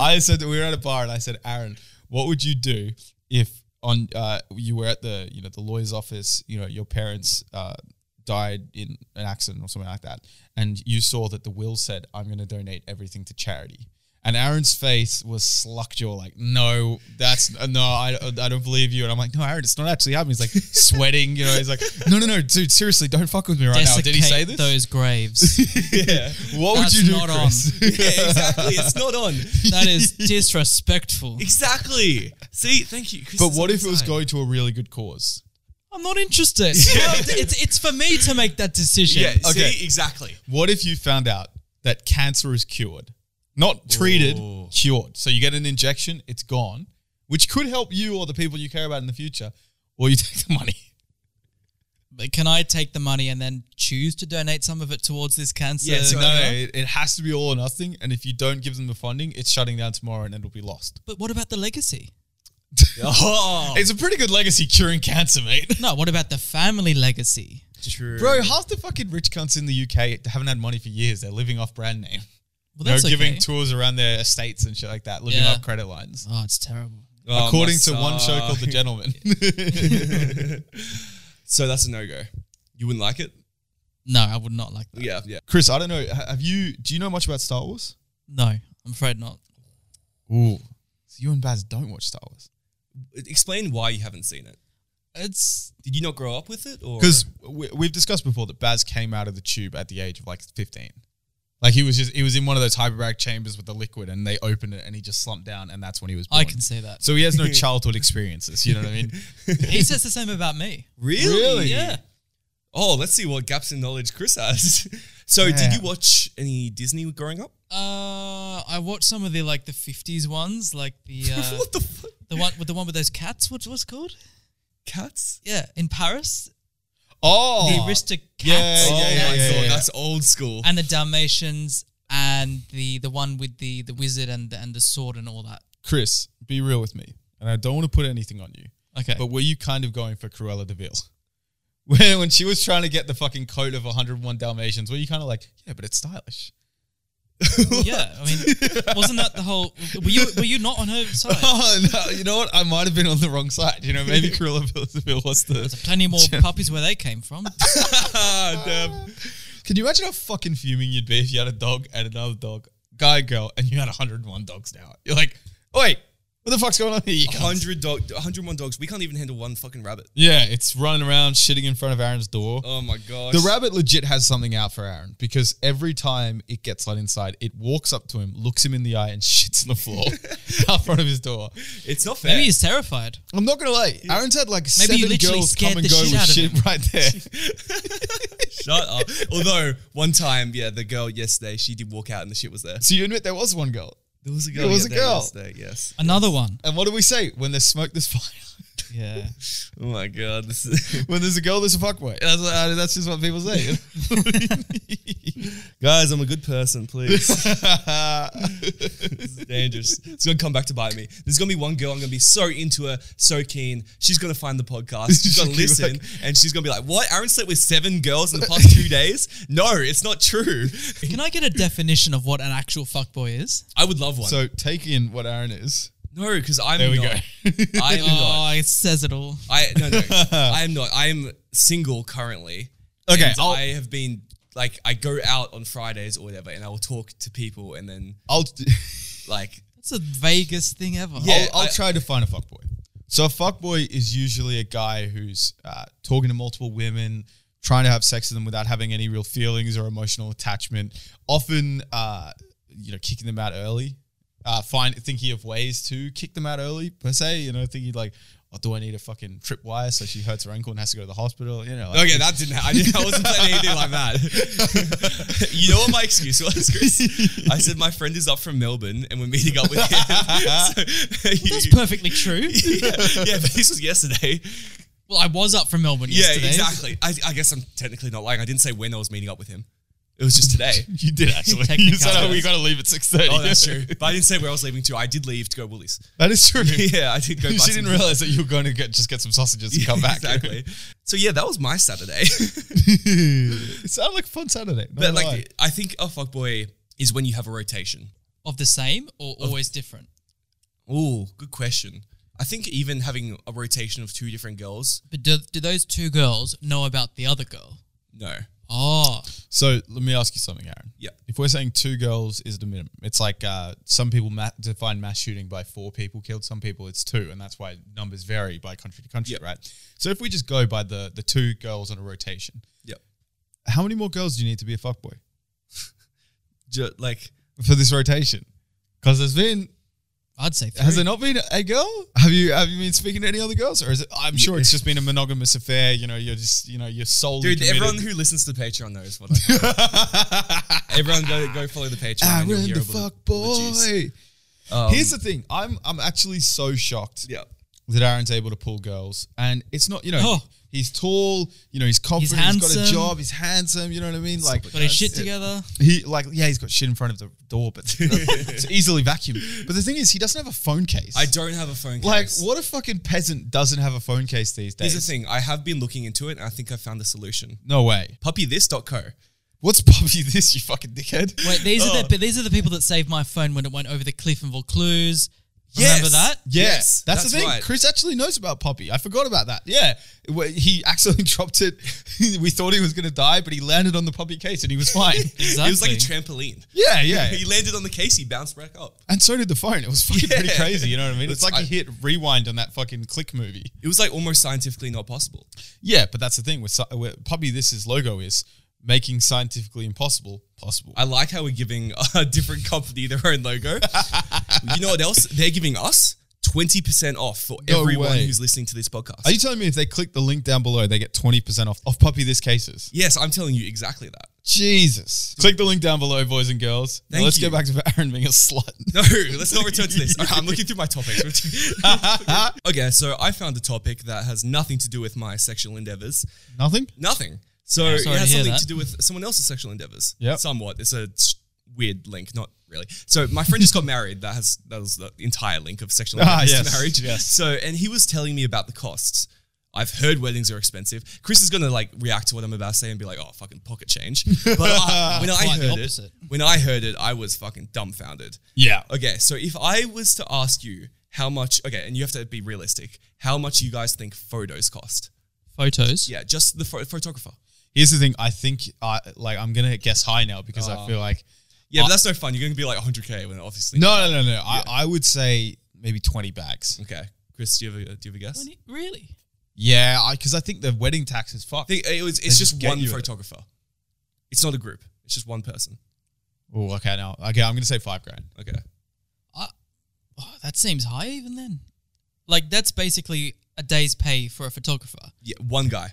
I said that we were at a bar, and I said, Aaron, what would you do if on uh, you were at the you know the lawyer's office, you know your parents uh, died in an accident or something like that, and you saw that the will said, "I'm going to donate everything to charity." And Aaron's face was sluck jaw, like, no, that's uh, no, I, I don't believe you. And I'm like, no, Aaron, it's not actually happening. He's like sweating, you know. He's like, no, no, no, dude, seriously, don't fuck with me right now. Did he say this? Desiccate those graves. Yeah. What would That's you do, not on. Chris? yeah, exactly. It's not on. that is disrespectful. Exactly. See, thank you. Chris But is what on if my it was side. going to a really good cause? I'm not interested. it's, it's for me to make that decision. Yeah. Okay. See, exactly. What if you found out that cancer is cured, not treated, Ooh. cured? So you get an injection, it's gone, which could help you or the people you care about in the future, or you take the money. But can I take the money and then choose to donate some of it towards this cancer? Yeah, so- No, no, it, it has to be all or nothing. And if you don't give them the funding, it's shutting down tomorrow and it'll be lost. But what about the legacy? Oh, It's a pretty good legacy curing cancer, mate. No, what about the family legacy? true, Bro, half the fucking rich cunts in the UK haven't had money for years. They're living off brand name. Well, They're that's giving okay. tours around their estates and shit like that, living Yeah. off credit lines. oh, it's terrible. Oh, According to my one show son. called The Gentleman. So that's a no go. You wouldn't like it. No, I would not like that. Yeah, yeah. Chris, I don't know. ha- Have you? Do you know much about Star Wars? No, I'm afraid not. Ooh. So you and Baz don't watch Star Wars Explain why you haven't seen it. It's Did you not grow up with it, or because we, we've discussed before that Baz came out of the tube at the age of like fifteen. Like he was just he was in one of those hyperbaric chambers with the liquid, and they opened it, and he just slumped down, and that's when he was. Born. I can see that. So he has no childhood experiences. You know what I mean? he says the same about me. really? Really? Yeah. Oh, let's see what gaps in knowledge Chris has. so, Yeah. did you watch any Disney growing up? Uh, I watched some of the like the '50s ones, like the uh, what the fuck? the one with the one with those cats. What was it called? Cats? Yeah, in Paris, Oh, the Aristocats. Yeah, Oh, yeah, yeah, my yeah, God, yeah. That's old school. and the Dalmatians and the the one with the the wizard and the, and the sword and all that. Chris, be real with me, and I don't want to put anything on you. Okay. But were you kind of going for Cruella de Vil? When, when she was trying to get the fucking coat of 101 Dalmatians, were you kind of like, yeah, but it's stylish? yeah, I mean, wasn't that the whole? Were you were you not on her side? Oh, no, you know what? I might have been on the wrong side. You know, maybe Cruella de Vil was the. Plenty more puppies where they came from. ah, damn. Can you imagine how fucking fuming you'd be if you had a dog and another dog, guy, girl, and you had 101 dogs now? You're like, wait, what the fuck's going on here? You cunts?" 100 dog, 101 dogs. We can't even handle one fucking rabbit. Yeah, it's running around shitting in front of Aaron's door. Oh my gosh. The rabbit legit has something out for Aaron because every time it gets let inside, it walks up to him, looks him in the eye, and shits on the floor out front of his door. It's not fair. Maybe he's terrified. I'm not gonna lie, Aaron's had like Maybe you seven literally girls scared come and the go shit with out of shit him. right there. Shut up. Although one time, yeah, the girl yesterday, she did walk out and the shit was there. so you admit there was one girl. There was a girl There was a girl. yesterday. Yes. Another one. And what do we say when there's smoke, there's fire? Yeah. Oh my god. This is when there's a girl, there's a fuckboy. That's, uh, that's just what people say. Guys, I'm a good person. Please. Uh, this is dangerous. It's gonna come back to bite me. There's gonna be one girl. I'm gonna be so into her, so keen. She's gonna find the podcast. She's gonna She'll be listen, like- and she's gonna be like, "What? Aaron slept with seven girls in the past two days? No, it's not true. Can I get a definition of what an actual fuckboy is? I would love one. so take in what Aaron is. no, because I'm. There we not. go. I am not. Oh, it says it all. I no no. I am not. I am single currently. Okay, And I'll- I have been like I go out on Fridays or whatever, and I will talk to people, and then I'll like That's the vaguest thing ever. Oh, Yeah. I'll, I'll I- try to find a fuckboy. So a fuckboy is usually a guy who's uh, talking to multiple women, trying to have sex with them without having any real feelings or emotional attachment. Often, uh, you know, kicking them out early. Uh, find thinking of ways to kick them out early per se. You know, thinking like, oh, do I need a fucking tripwire so she hurts her ankle and has to go to the hospital? You know, like, okay, that didn't. happen. I, didn't, I wasn't planning anything like that. you know what my excuse was, Chris? I said my friend is up from Melbourne, and we're meeting up with him. So, That's perfectly true. yeah, yeah, but this was yesterday. Well, I was up from Melbourne Yeah, yesterday. exactly. I, I guess I'm technically not lying. I didn't say when I was meeting up with him. It was just today. You did actually. you said, "Oh, we got to leave at six thirty. oh, that's true. But I didn't say where I was leaving to. I did leave to go Woolies. that is true. yeah, I did go. buy she some- didn't realize that you were going to get just get some sausages and come back. exactly. So yeah, that was my Saturday. it sounded like a fun Saturday. not but gonna lie. like, I think a fuckboy is when you have a rotation. Of the same or always different? Ooh, good question. I think even having a rotation of two different girls, But do, do those two girls know about the other girl? no. Oh, so let me ask you something, Aaron. Yeah. If we're saying two girls is the minimum, it's like uh, some people ma- define mass shooting by four people killed. Some people it's two, and that's why numbers vary by country to country, Yep. right? So if we just go by the the two girls on a rotation, Yeah. how many more girls do you need to be a fuckboy Ju- like, for this rotation? Because there's been I'd say three. Has there not been a girl? Have you have you been speaking to any other girls, or is it? I'm sure it's just been a monogamous affair. You know, you're just you know you're solely dude, committed. everyone who listens to the Patreon knows what I Everyone go, go follow the Patreon. and you'll Aaron hear Ah, the all fuck all the juice. boy. Um, Here's the thing. I'm I'm actually so shocked yeah. that Aaron's able to pull girls, and it's not you know Oh. he's tall, you know he's confident, he's got a handsome. job, he's handsome. You know what I mean? Like got his shit together. He like yeah, he's got shit in front of the door, but it's easily vacuumed. But the thing is, he doesn't have a phone case. I don't have a phone case. Like, what a fucking peasant doesn't have a phone case these days? Here's the thing. I have been looking into it and I think I found the solution. No way. Puppythis.co. What's puppy this, you fucking dickhead? Wait, these are the but these are the people that saved my phone when it went over the cliff in Vaucluse. Remember Yes. that? Yeah, Yes, that's, that's the thing. right. Chris actually knows about Puppy. I forgot about that. Yeah, Wh- he accidentally dropped it. we thought he was gonna die, but he landed on the puppy case and he was fine. Exactly. It was like a trampoline. yeah, yeah. He landed on the case, he bounced back up. And so did the phone. It was fucking pretty Yeah. crazy. You know what I mean? It's It's- like I- he hit rewind on that fucking click movie. It was like almost scientifically not possible. Yeah, but that's the thing with, sci- with Puppy. This is logo is making scientifically impossible possible. I like how we're giving a different company their own logo. you know what else? They're giving us 20% off for No everyone way. who's listening to this podcast. Are you telling me if they click the link down below, they get twenty percent off off Puppy this cases? yes, I'm telling you exactly that. Jesus. Click the link down below, boys and girls. Now Thank let's you. get back to Aaron being a slut. No, let's not return to this. Okay, I'm looking through my topics. okay, so I found a topic that has nothing to do with my sexual endeavors. Nothing? Nothing. So Yeah, it sorry to has hear something that. to do with someone else's sexual endeavors. Yep. Somewhat. It's a s- weird link, not really. So my friend just got married. That has that was the entire link of sexual Ah, endeavors yes, to marriage. yes. So and he was telling me about the costs. I've heard weddings are expensive. Chris is gonna like react to what I'm about to say and be like, "Oh, fucking pocket change." But I, when I Quite the heard it, opposite. when I heard it, I was fucking dumbfounded. Yeah. Okay, so if I was to ask you how much, okay, and you have to be realistic, how much you guys think photos cost? Photos. Yeah, just the pho- photographer. Here's the thing. I think I like I'm gonna guess high now because Oh. I feel like Yeah, but that's no fun. You're going to be like 100k when obviously. No no no no. I, I would say maybe twenty bags. Okay, Chris, do you have a, do you have a guess? I Really? Really? Yeah, I because I think the wedding tax is fucked. think it was. It's just just, get one you it. photographer. It's not a group. It's just one person. Oh, okay now. Okay, I'm gonna say five grand. Okay. Oh, that seems high even then. Like that's basically a day's pay for a photographer. Yeah, one guy.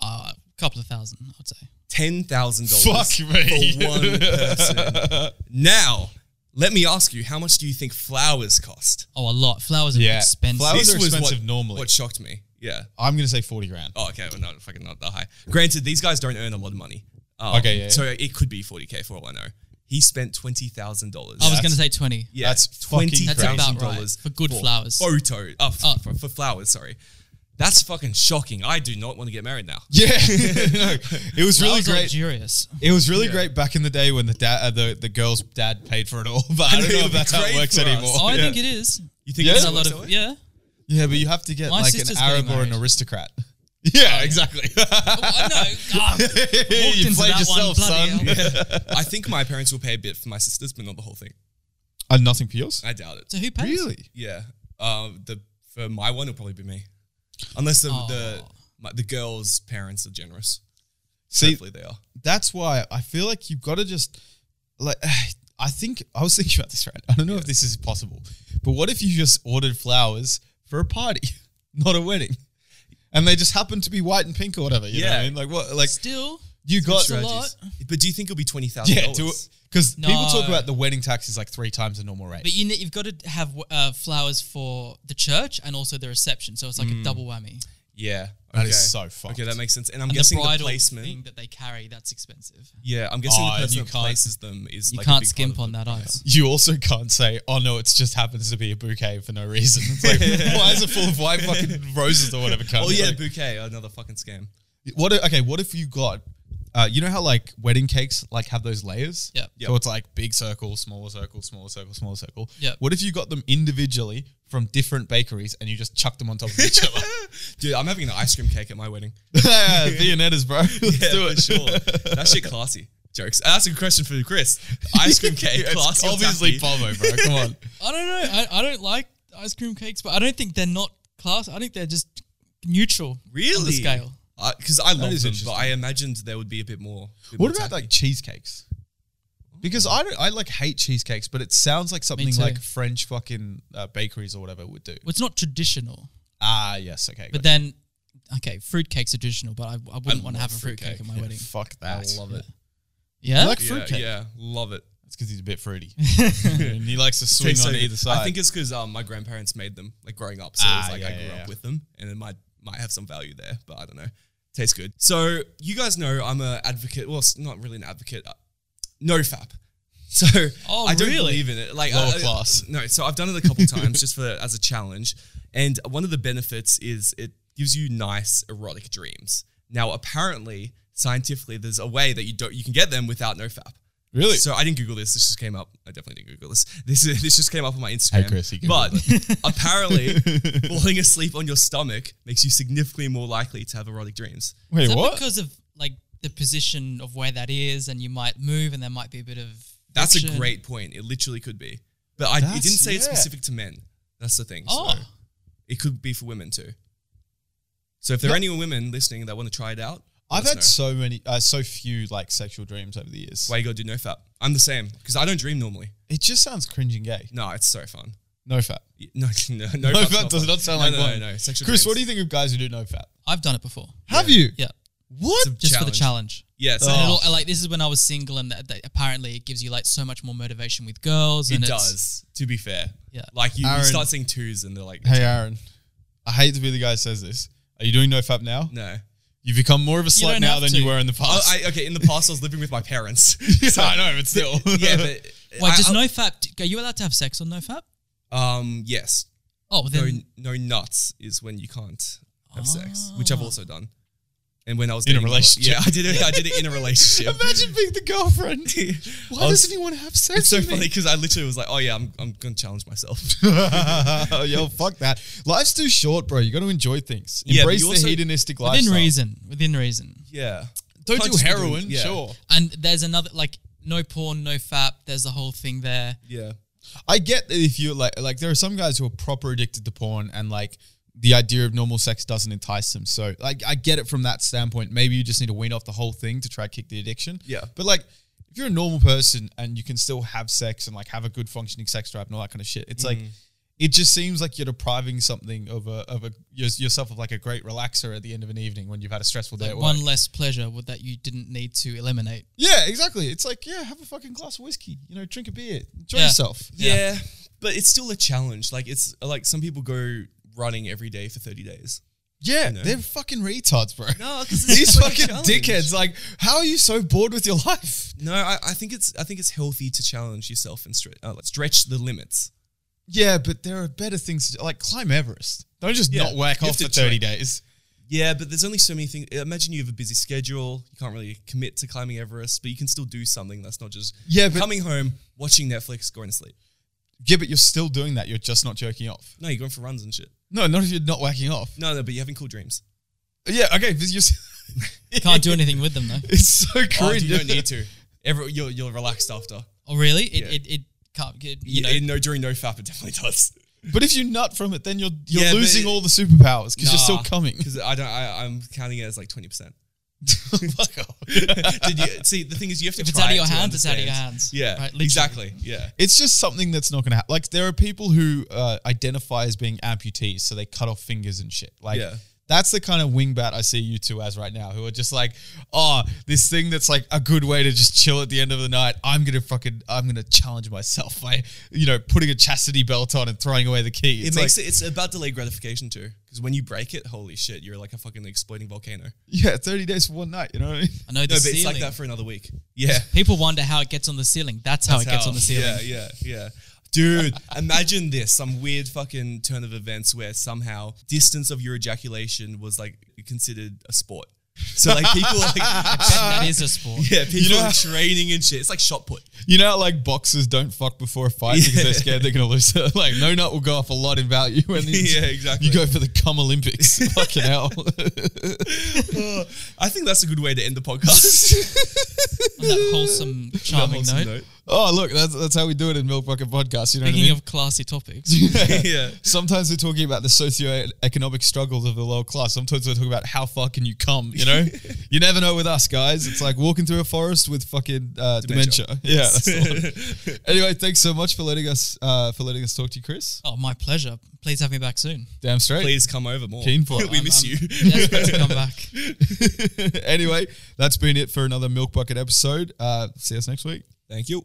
Uh, a couple of thousand, I'd say. Ten thousand dollars. Fuck me. For one person. Now, let me ask you, how much do you think flowers cost? Oh, a lot. Flowers are Yeah. expensive. Flowers- This are was expensive what, normally. What shocked me? Yeah. I'm gonna say forty grand. Oh, okay. Well, not fucking not that high. Granted, these guys don't earn a lot of money. Um, Okay, yeah, So it could be 40k for all I know. He spent twenty thousand dollars. I was going to say twenty. Yeah, That's twenty fucking That's thousand about right dollars for good flowers. Photo, uh, f- Oh. for, for flowers. Sorry, that's fucking shocking. I do not want to get married now. Yeah. no. It was really Flowers are great. luxurious. It was really great back in the day when the dad, uh, the the girl's dad paid for it all. But I don't And it'll know if be that's how it great works for us. anymore. Oh, I Yeah. think it is. You think Yeah? it's There's a lot worth of it? yeah. Yeah, but you have to get My like an sister's Arab getting or an married. aristocrat. Yeah, exactly. Oh, I know. Ah. God, walked you into played that yourself, one, son. bloody hell. I think my parents will pay a bit for my sisters, but not the whole thing. And Uh, nothing for yours? I doubt it. So who pays? Really? Yeah, um, the for my one it'll probably be me, unless the the, Oh. my, the girls' parents are generous. See, Hopefully they are. that's why I feel like you've got to just like. I think I was thinking about this right. I don't know if this is possible, but what if you just ordered flowers for a party, not a wedding, and they just happen to be white and pink or whatever? You know what I Yeah. mean? Like what? Like Still, you got It's a lot. But do you think it'll be twenty thousand Yeah, do dollars? it because people No. talk about the wedding tax is like three times the normal rate. But you ne- Mm. you've got to have uh, flowers for the church and also the reception, so it's like a double whammy. Yeah. That okay. is so fucked. Okay, that makes sense. And I'm And guessing the the, bridal placement. thing that they carry that's expensive. Yeah, I'm guessing Oh, the and person you that can't- places them is You like a can't big part skimp of on the that either. price. You also can't say, "Oh no, it just happens to be a bouquet for no reason." It's like, why is it full of white fucking roses or whatever? cunt? Oh yeah, Like, bouquet, another fucking scam. what? If, okay, what if you got? Uh, you know how like wedding cakes like have those layers? Yep. So it's like big circle, smaller circle, smaller circle, smaller circle. Yep. What if you got them individually from different bakeries and you just chuck them on top of each other? Dude, I'm having an ice cream cake at my wedding. yeah, Viennettas, bro. Let's Yeah, do it. for sure. That shit classy. Jokes. Uh, That's a question for Chris. Ice cream cake, It's classy. or obviously tacky? Pomo, bro. Come on. I don't know. I, I don't like ice cream cakes, but I don't think they're not class. I think they're just neutral. Really? On the scale. Because I love is them, but interesting. I imagined there would be a bit more. bit What more about tacky. like cheesecakes? Because I don't, I like hate cheesecakes, but it sounds like something too. like French fucking uh, bakeries or whatever would do. Well, it's not traditional, Ah, yes, okay. gotcha. but then okay, fruitcake's are traditional, but I, I wouldn't want love to have a fruitcake fruitcake. at my Yeah, wedding. fuck that. I love it. Yeah, You like Yeah, fruitcake? Yeah, love it. That's because he's a bit fruity, and he likes to swing Tastes on so good. either side. I think it's because um, my grandparents made them like growing up, so Ah, it was like yeah, I grew yeah, yeah. up with them, and it might might have some value there, but I don't know. Tastes good. So you guys know I'm a advocate. Well, it's not really an advocate. Uh, no fap. So Oh, I don't really? believe in it. Like Lower I- I- class. No, so I've done it a couple times just for as a challenge, and one of the benefits is it gives you nice erotic dreams. Now, apparently, scientifically, there's a way that you don't you can get them without no fap. really. So I didn't Google this. This just came up. I definitely didn't Google this. This is, this just came up on my Instagram. Hey, Chris, you Googled but apparently, falling asleep on your stomach makes you significantly more likely to have erotic dreams. Wait, Is that what? because of like the position of where that is, and you might move, and there might be a bit of. That's friction? a great point. It literally could be, but I, That's- it didn't say it's yeah. specific to men. That's the thing. Oh, So it could be for women too. So if there are any women listening that want to try it out, let I've us had know. so many, uh, so few like sexual dreams over the years. Why you gotta do no fap? I'm the same because I don't dream normally. It just sounds cringe and gay. No, it's so fun. No fat. No, no, no. No fap's fap not does fun. not sound No, like no, fun. No, no. Sexual Chris, dreams. what do you think of guys who do no fat? I've done it before. Have you? Yeah, What? It's a just for Challenge. the challenge. Yeah. So And Oh. it'll- and, like this is when I was single, and that, that apparently it gives you like so much more motivation with girls. It and it's- does, to be fair. Yeah. Like you, you Aaron- start seeing twos and they're like, Hey, Aaron. I hate to be the guy who says this. Are you doing no fap now? no. You've become more of a You slut don't now have than to. you were in the Oh, past. I, okay, in the past I was living with my parents. So- I know, but still. yeah, but Wait, I- just I- no fap. Are you allowed to have sex on no fap? Um, yes. Oh, well, No, then no nuts is when you can't have sex, which Ah. I've also done. And when I was In a dating relationship. yeah, I did it. I did it in a relationship. Imagine being the girlfriend. Why I was- doesn't he want to have sex? It's so with me? funny because I literally was like, oh yeah, I'm, I'm gonna challenge myself. Yo, fuck that. Life's too short, bro. You got to enjoy things. Yeah, but Embrace you the also- hedonistic lifestyle. within reason, within reason. yeah. Don't Can't do just be doing- heroin, yeah. sure. And there's another like no porn, no fap. There's the whole thing there. Yeah. I get that if you like, like there are some guys who are proper addicted to porn and like the idea of normal sex doesn't entice them. So like, I get it from that standpoint. Maybe you just need to wean off the whole thing to try to kick the addiction. Yeah. But like, if you're a normal person and you can still have sex and like have a good functioning sex drive and all that kind of shit, it's like, it just seems like you're depriving something of a of a your, yourself of like a great relaxer at the end of an evening when you've had a stressful day Like at one work. less pleasure with- that you didn't need to eliminate. Yeah, exactly. It's like yeah, have a fucking glass of whiskey, you know, drink a beer, enjoy Yeah. yourself. yeah. Yeah. But it's still a challenge. Like it's like some people go running every day for 30 days. Yeah, know. they're fucking retards, bro. No, because These fucking dickheads, like, how are you so bored with your life? No, I, I think it's I think it's healthy to challenge yourself and stre- uh, like, stretch the limits. Yeah, but there are better things to do. Like, climb Everest. Don't just Yeah, not whack you have off for to 30 days. Yeah, but there's only so many things. Imagine you have a busy schedule. You can't really commit to climbing Everest, but you can still do something that's not just Yeah, but- coming home, watching Netflix, going to sleep. Yeah, but you're still doing that. You're just not jerking off. No, you're going for runs and shit. No, not if you're not whacking off. No, no, but you're having cool dreams. Yeah, okay. But you're, s- Can't do anything with them though. it's so cringe. Oh, you don't need to. Every, you're, you're relaxed after. Oh really? It Yeah. it, it can't. It, You you know. no, during no fap, it definitely does. But if you nut from it, then you're you're Yeah, but losing it- all the superpowers because you're still Nah, coming. Because I don't. I, I'm counting it as like twenty percent. Fuck off. Did you see the thing is you have to if it's try out of it your to hands, it's out of your understand. hands. Yeah, Right, literally. exactly. Yeah, It's just something that's not going to happen. Like there are people who uh, identify as being amputees, so they cut off fingers and shit. Like Yeah. That's the kind of wingbat I see you two as right now, who are just like, oh, this thing that's like a good way to just chill at the end of the night. I'm gonna fucking, I'm gonna challenge myself by, you know, putting a chastity belt on and throwing away the key. It makes it. It's about delayed gratification too, because when you break it, holy shit, you're like a fucking exploding volcano. yeah, thirty days for one night. You know what I mean? I know the No, but ceiling. it's like that for another week. Yeah, People wonder how it gets on the ceiling. That's how it gets on the ceiling. Yeah, yeah, yeah. Dude, imagine this some weird fucking turn of events where somehow distance of your ejaculation was like considered a sport. So like people like That- that is a sport. yeah, people know are how- training and shit. It's like shot put. You know, how, like boxers don't fuck before a fight because they're Yeah. scared they're gonna lose. like no nut will go off a lot in value when you- Yeah, exactly. you go for the cum Olympics. Fucking hell. Uh, I think that's a good way to end the podcast. On that wholesome, charming Awesome note. note. oh look, that's that's how we do it in Milk Bucket Podcast. You know Speaking what of classy topics, I mean? yeah. Sometimes we're talking about the socio-economic struggles of the lower class. Sometimes we're talking about how far can you come. You know, you never know with us guys. It's like walking through a forest with fucking uh, dementia. Dementia. Yeah. That's the one. anyway, thanks so much for letting us uh, for letting us talk to you, Chris. oh my pleasure. Please have me back soon. Um, Damn straight. Please come over more. Keen for it. we miss you. Desperate to come back. anyway, that's been it for another Milk Bucket episode. Uh, see us next week. Thank you.